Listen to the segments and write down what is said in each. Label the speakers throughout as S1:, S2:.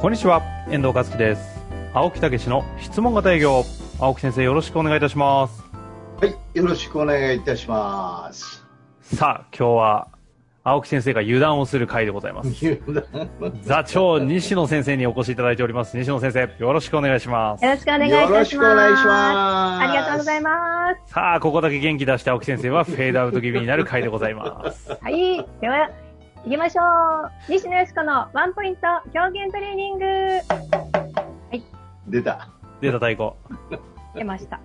S1: こんにちは、遠藤和樹です。青木武の質問型営業。青木先生、よろしくお願いいたします。
S2: はい、よろしくお願いいたします。
S1: さあ、今日は、青木先生が油断をする回でございます。座長、西野先生にお越しいただいております。西野先生、よろしくお願いします。
S3: よろしくお願いいた
S2: よ
S3: します。
S2: ろしくお願いします。
S3: ありがとうござい
S2: ま
S3: ます。
S1: さあ、ここだけ元気出して青木先生はフェードアウト気味になる回でござい ます。
S3: はい。では、行きましょう。西野よしこのワンポイント表現トレーニング。
S2: す。出た。
S1: 出た太鼓。
S3: 出ました。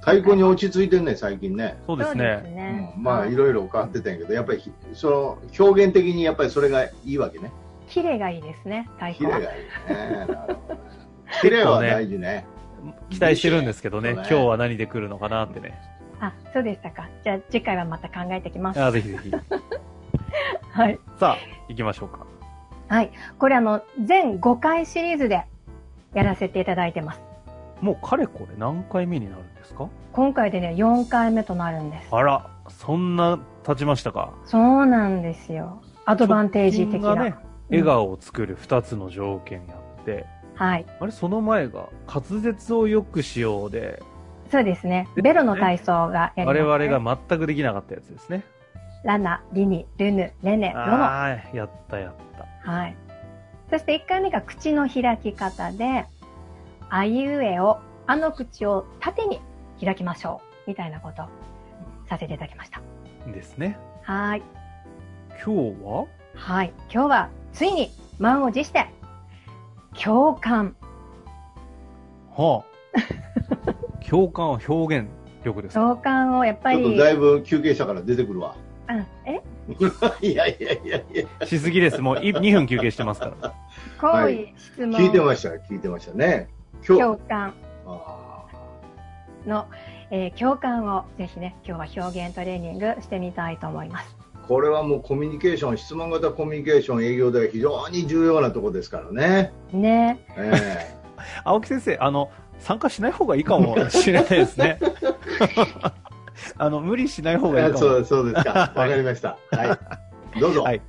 S2: 太鼓に落ち着いてんね、最近ね。
S1: そうです
S3: そうです
S1: ね。
S3: ね
S2: うんまあ、いろいろ変わってたんやけど、やっぱりひ、その、表現的にやっぱりそれがいいわけね。
S3: キレがいいですね、太
S2: 綺
S3: 鼓
S2: 麗
S3: は。
S2: がいいね。な るほどね綺麗は大事ね。
S1: 期待してるんですけどね、
S2: そう
S1: 今
S2: ね
S1: 日は何で来るのかなってね。
S3: あ、そうでしたか。じゃあ次回はまた考えてきます。
S1: ああ、ぜひぜひ。
S3: はい。
S1: さあ、行きましょうか。
S3: はい。これあの、全5回シリーズでやらせていただいてます。
S1: もうかれこれ何回目になるんですか
S3: 今回でね、4回目となるんです。
S1: あら、そんな経ちましたか。
S3: そうなんですよ。アドバンテージ的
S1: 直
S3: な。
S1: 近がね、笑顔を作る2つの条件やって、
S3: はい。
S1: あれその前が滑舌を良くしようで、
S3: そうですね。ベロの体操がやりま
S1: 我
S3: す、ね。
S1: 々が全くできなかったやつですね。
S3: ラナ、リニ、ルヌ、レネ、ロの。
S1: ああ、やったやった。
S3: はい。そして1回目が口の開き方で、あいうえを、あの口を縦に開きましょう。みたいなことをさせていただきました。
S1: ですね。
S3: はい。
S1: 今日は
S3: はい。今日はついに満を持して、共感。
S1: はあ。 共感は表現力です
S3: 共
S1: か。
S3: 感をやっぱ
S2: ち
S3: り、
S2: ょっとだいぶ休憩したから出てくるわ。
S3: うん、え
S2: いやいやいやいや。
S1: しすぎです。もう2分休憩してますから。
S3: 好意、
S2: はい
S3: 質問、
S2: 聞いてました、聞いてましたね。今
S3: 共
S2: 日。
S3: 感
S2: あ
S3: の、えー共感をぜひね、今日は表現トレーニングしてみたいと思います。
S2: ーこれはもうコミュニケーション、質問型コミュニケーション営業では非常に重要なところですからね。
S3: ね
S2: ええ
S1: 青木先生、あの、参加しない方がいいかもしれないです ね。あの、無理しない方がいいかも。
S2: そうそうですか。わかりました。はい。どうぞ。
S1: はい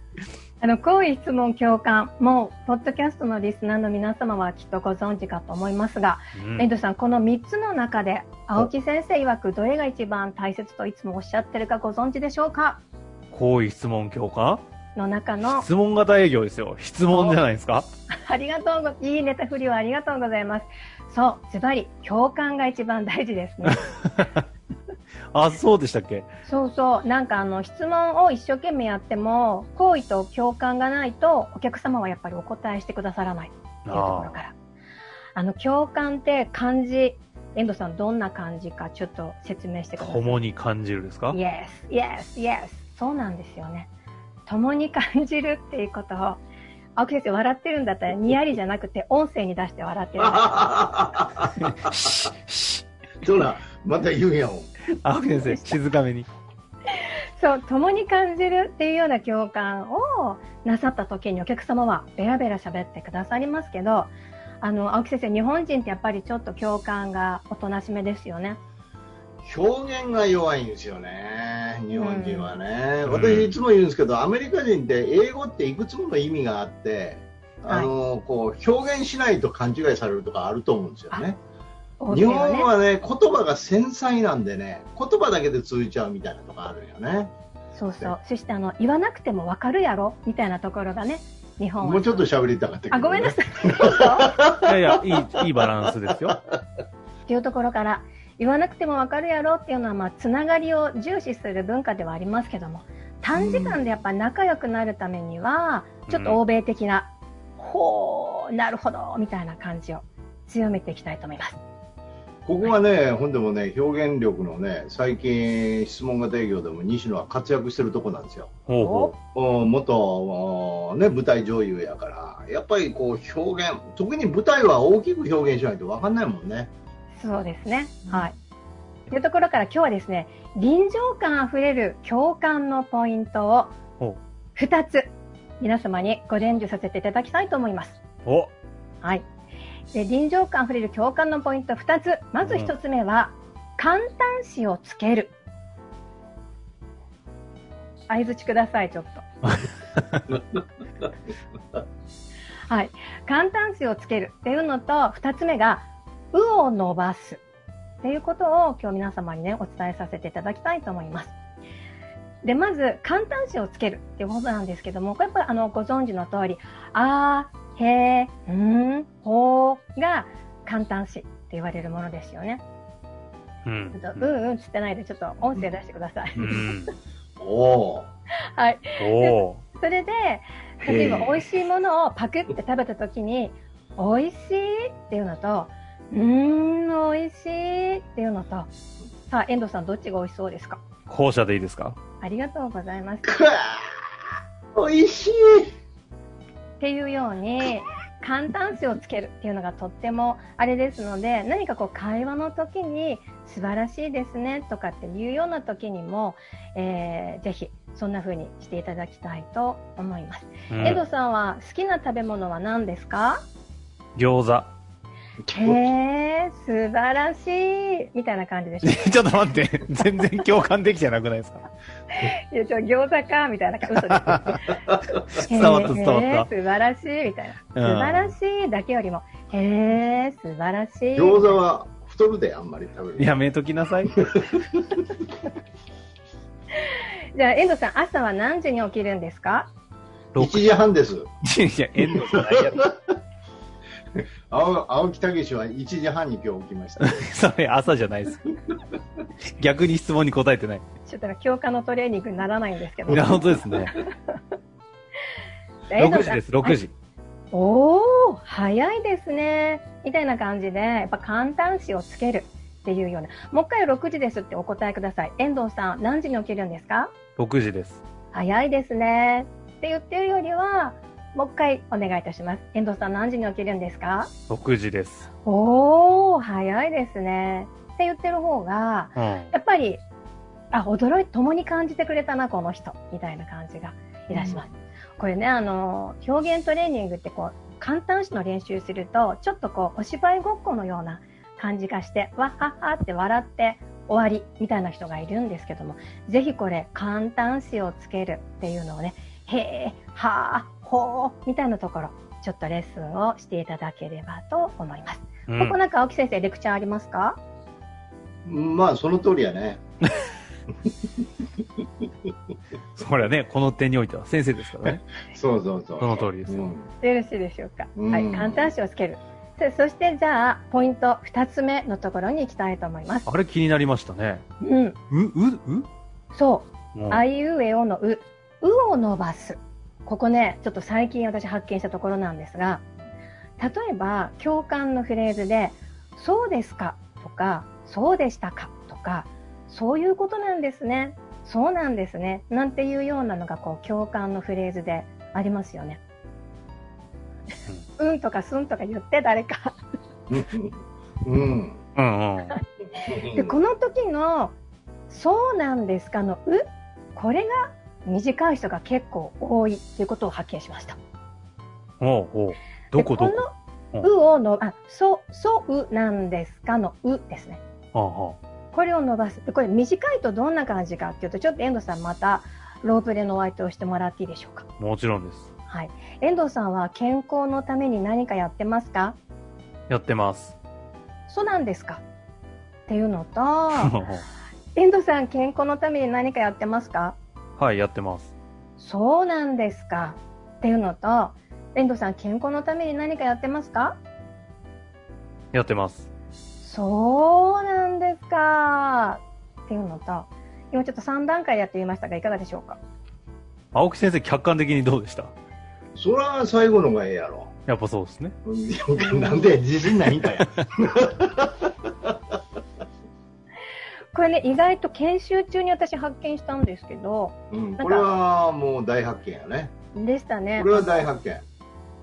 S3: あの、好意質問共感、もう、ポッドキャストのリスナーの皆様はきっとご存知かと思いますが、
S1: うん
S3: 遠藤さん、この3つの中で、青木先生曰く、どれが一番大切といつもおっしゃってるかご存知でしょうか
S1: 好意質問強化
S3: の中 の、
S1: 質問型営業ですよ。質問じゃないですか。
S3: ありがとうご、いいネタ振りをありがとうございます。そう、ズバリ、共感が一番大事です ね。
S1: あ、そうでしたっけ
S3: そうそう、なんかあの、質問を一生懸命やっても、好意と共感がないと、お客様はやっぱりお答えしてくださらない。っていうところから。あの、共感って漢字、遠藤さんどんな漢字かちょっと説明してください。
S1: 共に感じるですか
S3: Yes, yes, yes. そうなんですよね。共に感じるっていうことを、青木先生笑ってるんだったら、にやりじゃなくて音声に出して笑ってる。
S2: どうな、また言うんやもん。
S1: 青木先生、静かめに。
S3: そう、共に感じるっていうような共感をなさった時にお客様はベラベラ喋ってくださりますけど、あの、青木先生、日本人ってやっぱりちょっと共感がおとなしめですよね。
S2: 表現が弱いんですよね。日本人はね。
S1: うん
S2: 私いつも言うんですけど、アメリカ人って英語っていくつもの意味があって、あの、こう、表現しないと勘違いされるとかあると思うんですよね。
S3: 大手
S2: 日
S3: の
S2: 本はね、言葉が繊細なんでね、言葉だけで通じちゃうみたいなとこあるよね。
S3: そうそう。そしてあの言わなくてもわかるやろみたいなところがね、日本は。
S2: もうちょっと喋りたかったけど、
S3: あ、ごめんなさい。
S1: いやいや、いい、いいバランスですよ。
S3: っていうところから、言わなくてもわかるやろっていうのは、まあ、つながりを重視する文化ではありますけども、短時間でやっぱ仲良くなるためには、
S1: うん
S3: ちょっと欧米的な、ほー、なるほど、みたいな感じを強めていきたいと思います。
S2: ここはね、本でもね、表現力のね、最近、質問型営業でも西野は活躍してるとこなんですよ。
S1: ほうほ
S2: お元おね、舞台女優やから、やっぱりこう表現、特に舞台は大きく表現しないと分かんないもんね。
S3: そうですね。はい。というところから今日はですね、臨場感あふれる共感のポイントを
S1: ほ
S3: 2つ皆様にご伝授させていただきたいと思います。
S1: う。お
S3: はい。で臨場感あふれる共感のポイント2つ。まず1つ目は、簡単詞をつける。相づちください、ちょっと。はい。簡単詞をつけるっていうのと、2つ目が、うを伸ばす。っていうことを今日皆様にね、お伝えさせていただきたいと思います。で、まず、簡単詞をつけるっていうことなんですけども、これやっぱりあの、ご存知の通り、あー、へー、んー、ほーが簡単詞って言われるものですよね。
S1: うん
S3: ちょっと、うんうんつってないで、ちょっと音声出してください。
S1: うん。
S2: おお。
S3: はい。
S1: おお。
S3: それで、例えば美味しいものをパクって食べた時に、美味しいっていうのと、うーん、美味しいっていうのと、さあ、遠藤さんどっちが美味しそうですか
S1: 後者でいいですか
S3: ありがとうございます。
S2: くわー美味しい。
S3: っていうように、簡単詞をつけるっていうのがとってもあれですので、何かこう会話の時に素晴らしいですねとかっていうような時にも、えー、ぜひそんな風にしていただきたいと思います。
S1: うん
S3: エドさんは好きな食べ物は何ですか
S1: 餃子。
S3: へえ、素晴らしいみたいな感じでしょ
S1: ちょっと待って、全然共感できてなくないですか
S3: いや、ちょ、餃子かみたいな感じ。嘘で す。
S1: 伝わった伝わった
S3: へー素晴らしいみたいな。素晴らしいだけよりも、へえ、素晴らしい。
S2: 餃子は太るで、あんまり食べる。
S1: やめときなさい。
S3: じゃあ、遠藤さん、朝は何時に起きるんですか
S2: 1時半です。
S1: いや、エンドじゃないやろ。
S2: 青青木武は1時半に今日起きました。
S1: それ朝じゃないです。逆に質問に答えてない。
S3: ちょっと教科のトレーニングにならないんですけど。
S1: いや、本当ですね。
S3: 遠
S1: 6
S3: 藤
S1: 時
S3: さん
S1: です、6時。
S3: おー、早いですね。みたいな感じで、やっぱ簡単詞をつけるっていうような。もう一回6時ですってお答えください。遠藤さん、何時に起きるんですか
S1: 6時です。
S3: 早いですね。って言ってるよりは、もう一回お願いいたします。遠藤さん、何時に起きるんですか
S1: 6時です。
S3: おー、早いですね。って言ってる方が、
S1: うん。
S3: やっぱり、あ、驚い、共に感じてくれたな、この人、みたいな感じがいたします。これね、あの、表現トレーニングってこう、簡単詞の練習すると、ちょっとこう、お芝居ごっこのような感じがして、わっはっはって笑って終わり、みたいな人がいるんですけども、ぜひこれ、簡単詞をつけるっていうのをね、へー、はー、ほー、みたいなところ、ちょっとレッスンをしていただければと思います。
S1: うん
S3: ここなんか青木先生、レクチャーありますか
S2: まあ、その通りやね。
S1: それはね、この点においては先生ですからね。
S2: そうそうそう。
S1: その通りですよ
S2: うん
S3: よろしいでしょうか。
S2: うん
S3: はい、簡単詞をつける。そそしてじゃあ、ポイント2つ目のところに行きたいと思います。
S1: あれ気になりましたね。
S3: うん。
S1: う、う、う
S3: そ
S1: うん
S3: う。あいうえおのう。うを伸ばす。ここね、ちょっと最近私発見したところなんですが、例えば、共感のフレーズで、そうですかとか、そうでしたかとか、そういうことなんですね。そうなんですね。なんていうようなのが、こう、共感のフレーズでありますよね。うんとかすんとか言って、誰か。
S2: うん。
S1: うんうん。
S3: でこの時の「そうなんですか」の「う」これが短い人が結構多いということを発見しました。
S1: おうおう。どこ
S3: で
S1: どこ
S3: の「う」をのあ「そう」「そうなんですか」の「う」ですね。
S1: あは
S3: これを伸ばす。でこれ短いとどんな感じかっていうとちょっと遠藤さんまたロープレのお相手をしてもらっていいでしょうか。
S1: もちろんです。
S3: はい、遠藤さんは健康のために何かやってますか
S1: やってます。
S3: そうなんですかっていうの と
S1: は
S3: 遠藤さん健康のために何かやってますか
S1: い、やってます。
S3: そうなんですか。っていうのと、遠藤さん、健康のために何かやってますか
S1: やってます。
S3: そうなんですか。っていうのと、今ちょっと3段階やってみましたが、いかがでしょうか
S1: 青木先生、客観的にどうでした
S2: そら最後のがええやろ。
S1: やっぱそうですね。
S2: なんで自信ないんかや。
S3: これね、意外と研修中に私発見したんですけど、
S2: うん、これはもう大発見やね。
S3: でしたね
S2: こ。れは大発見。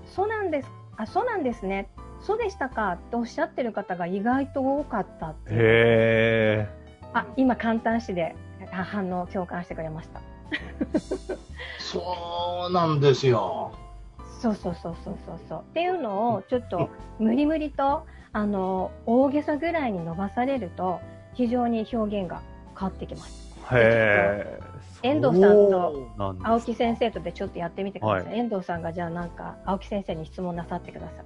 S3: そうなんです。あ、そうなんですね。そうでしたかっておっしゃってる方が意外と多かったっていう。
S1: へ
S3: あ、今、簡単詞であ反応、共感してくれました。
S2: そうなんですよ。
S3: そうそうそうそうそうそう。っていうのを、ちょっと、無理無理と、あの、大げさぐらいに伸ばされると、非常に表現が変わってきます。
S1: え。へえ。
S3: 遠藤さんと
S1: そうなんです
S3: 青木先生とでちょっとやってみてくださ
S1: は
S3: い。遠藤さんが、じゃあなんか、青木先生に質問なさってください。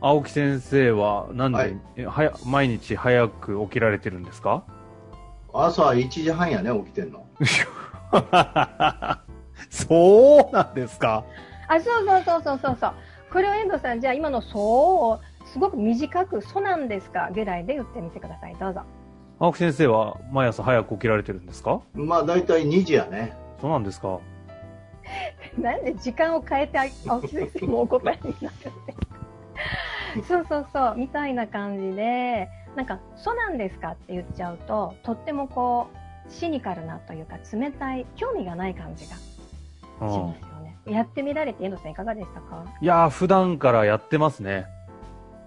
S1: 青木先生は何で、
S2: はい
S1: えはや毎日早く起きられてるんですか
S2: 朝1時半やね、起きてんの。
S1: そうなんですか
S3: あ、そうそうそうそうそうそう。これを遠藤さん、じゃあ今のそうをすごく短く、そうなんですかぐらいで言ってみてください。どうぞ。
S1: 青木先生は毎朝早く起きられてるんですか
S2: まあ、大体2時やね。
S1: そうなんですか
S3: なんで時間を変えてあ青木先生もお答えになるんでそうそうそう、みたいな感じで、なんか、そうなんですかって言っちゃうと、とってもこう、シニカルなというか、冷たい、興味がない感じがし
S1: う
S3: ま
S1: ん
S3: す。よね。やってみられて、遠藤さんいかがでしたか
S1: いやー、普段からやってますね。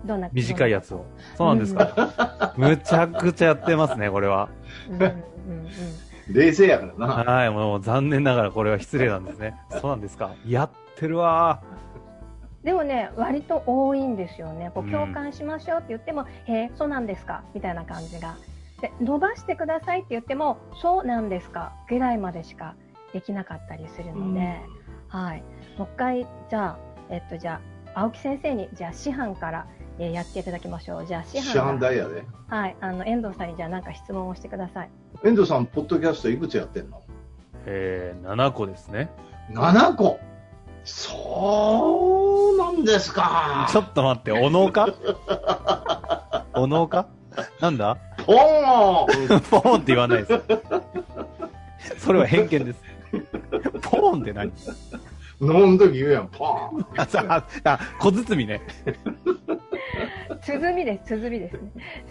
S3: どんな
S1: 短いやつを。そうなんですか。 むちゃくちゃやってますね、これは。
S3: うんうんうん
S2: 冷静やからな。
S1: はい、もう残念ながらこれは失礼なんですね。そうなんですか。やってるわ
S3: でもね、割と多いんですよね。こ
S1: う
S3: うん共感しましょうって言っても、へえ、そうなんですかみたいな感じが。で、伸ばしてくださいって言っても、そうなんですかぐらいまでしかできなかったりするので、はい。もう一回、じゃあ、えっと、じゃあ、青木先生に、じゃあ、師範から、えーやっていただきましょう。じゃあ、師
S2: 市販
S3: 範が、
S2: 代やで。
S3: はい、あの、遠藤さんに、じゃあ、なんか質問をしてください。
S2: 遠藤さん、ポッドキャストいくつやってんの
S1: ー。えー、7個ですね。
S2: ?7 個。そうなんですか。
S1: ちょっと待って、お能かお能かなんだ
S2: ポーン
S1: ポーンって言わないです。それは偏見です。ポーンって何
S2: 飲むとき言うやん、ポーン。
S1: あさあ、あ小包ね。
S3: 鼓です、鼓ですね。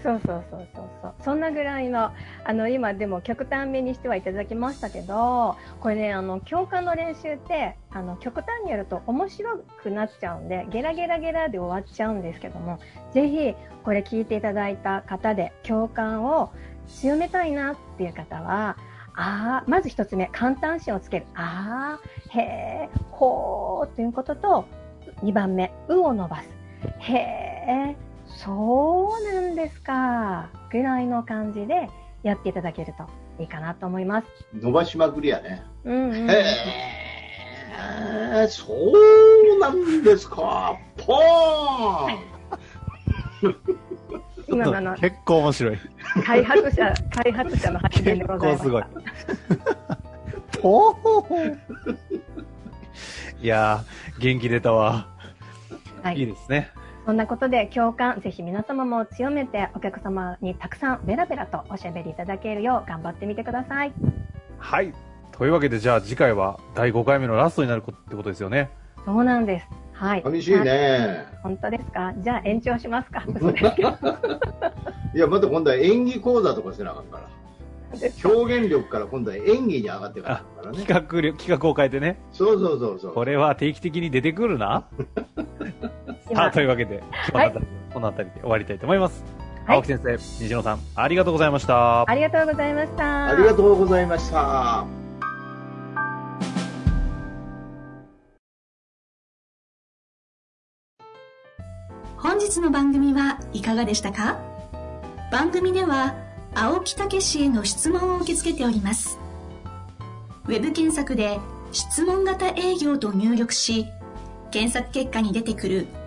S3: そうそうそうそうそう。そんなぐらいの、あの、今でも極端めにしてはいただきましたけど、これね、あの、教科の練習って、あの、極端にやると面白くなっちゃうんで、ゲラゲラゲラで終わっちゃうんですけども、ぜひ、これ聞いていただいた方で、共感を強めたいなっていう方は、ああ、まず一つ目、簡単心をつける。ああ、へえ、ほー、ということと、二番目、うを伸ばす。へえ、そうなんですか。ぐらいの感じでやっていただけるといいかなと思います。
S2: 伸ばしまくりやね。
S3: うん、うん。
S2: へえ、そうなんですか。ポーン。
S3: 今のあの
S1: 結構面白い。
S3: 開発者、開発者の発言で
S1: 結
S3: ご
S1: 構
S3: ざいますす。
S1: ごい。ポーンいやー、元気出たわ。
S3: はい
S1: いいですね。
S3: そんなことで共感、ぜひ皆様も強めてお客様にたくさんベラベラとおしゃべりいただけるよう頑張ってみてください。
S1: はい。というわけで、じゃあ次回は第5回目のラストになることってことですよね。
S3: そうなんです。はい。
S2: 寂しい
S3: あ。
S2: ね。
S3: 本当ですかじゃあ延長しますか 嘘ですけど
S2: いや、また今度は演技講座とかせなあかんから。表現力から今度は演技に上がっていかなあかんからね
S1: 企。画力、企画を変えてね。
S2: そうそうそうそう。
S1: これは定期的に出てくるな。
S3: 今
S1: さあ、というわけで、今日のあたりこの辺りで終わりたいと思います。
S3: はい
S1: 青木先生、西野さん、ありがとうございました。
S3: ありがとうございました。
S2: ありがとうございました。
S4: 本日の番組はいかがでしたか番組では青木武氏への質問を受け付けておりますウェブ検索で「質問型営業」と入力し検索結果に出てくる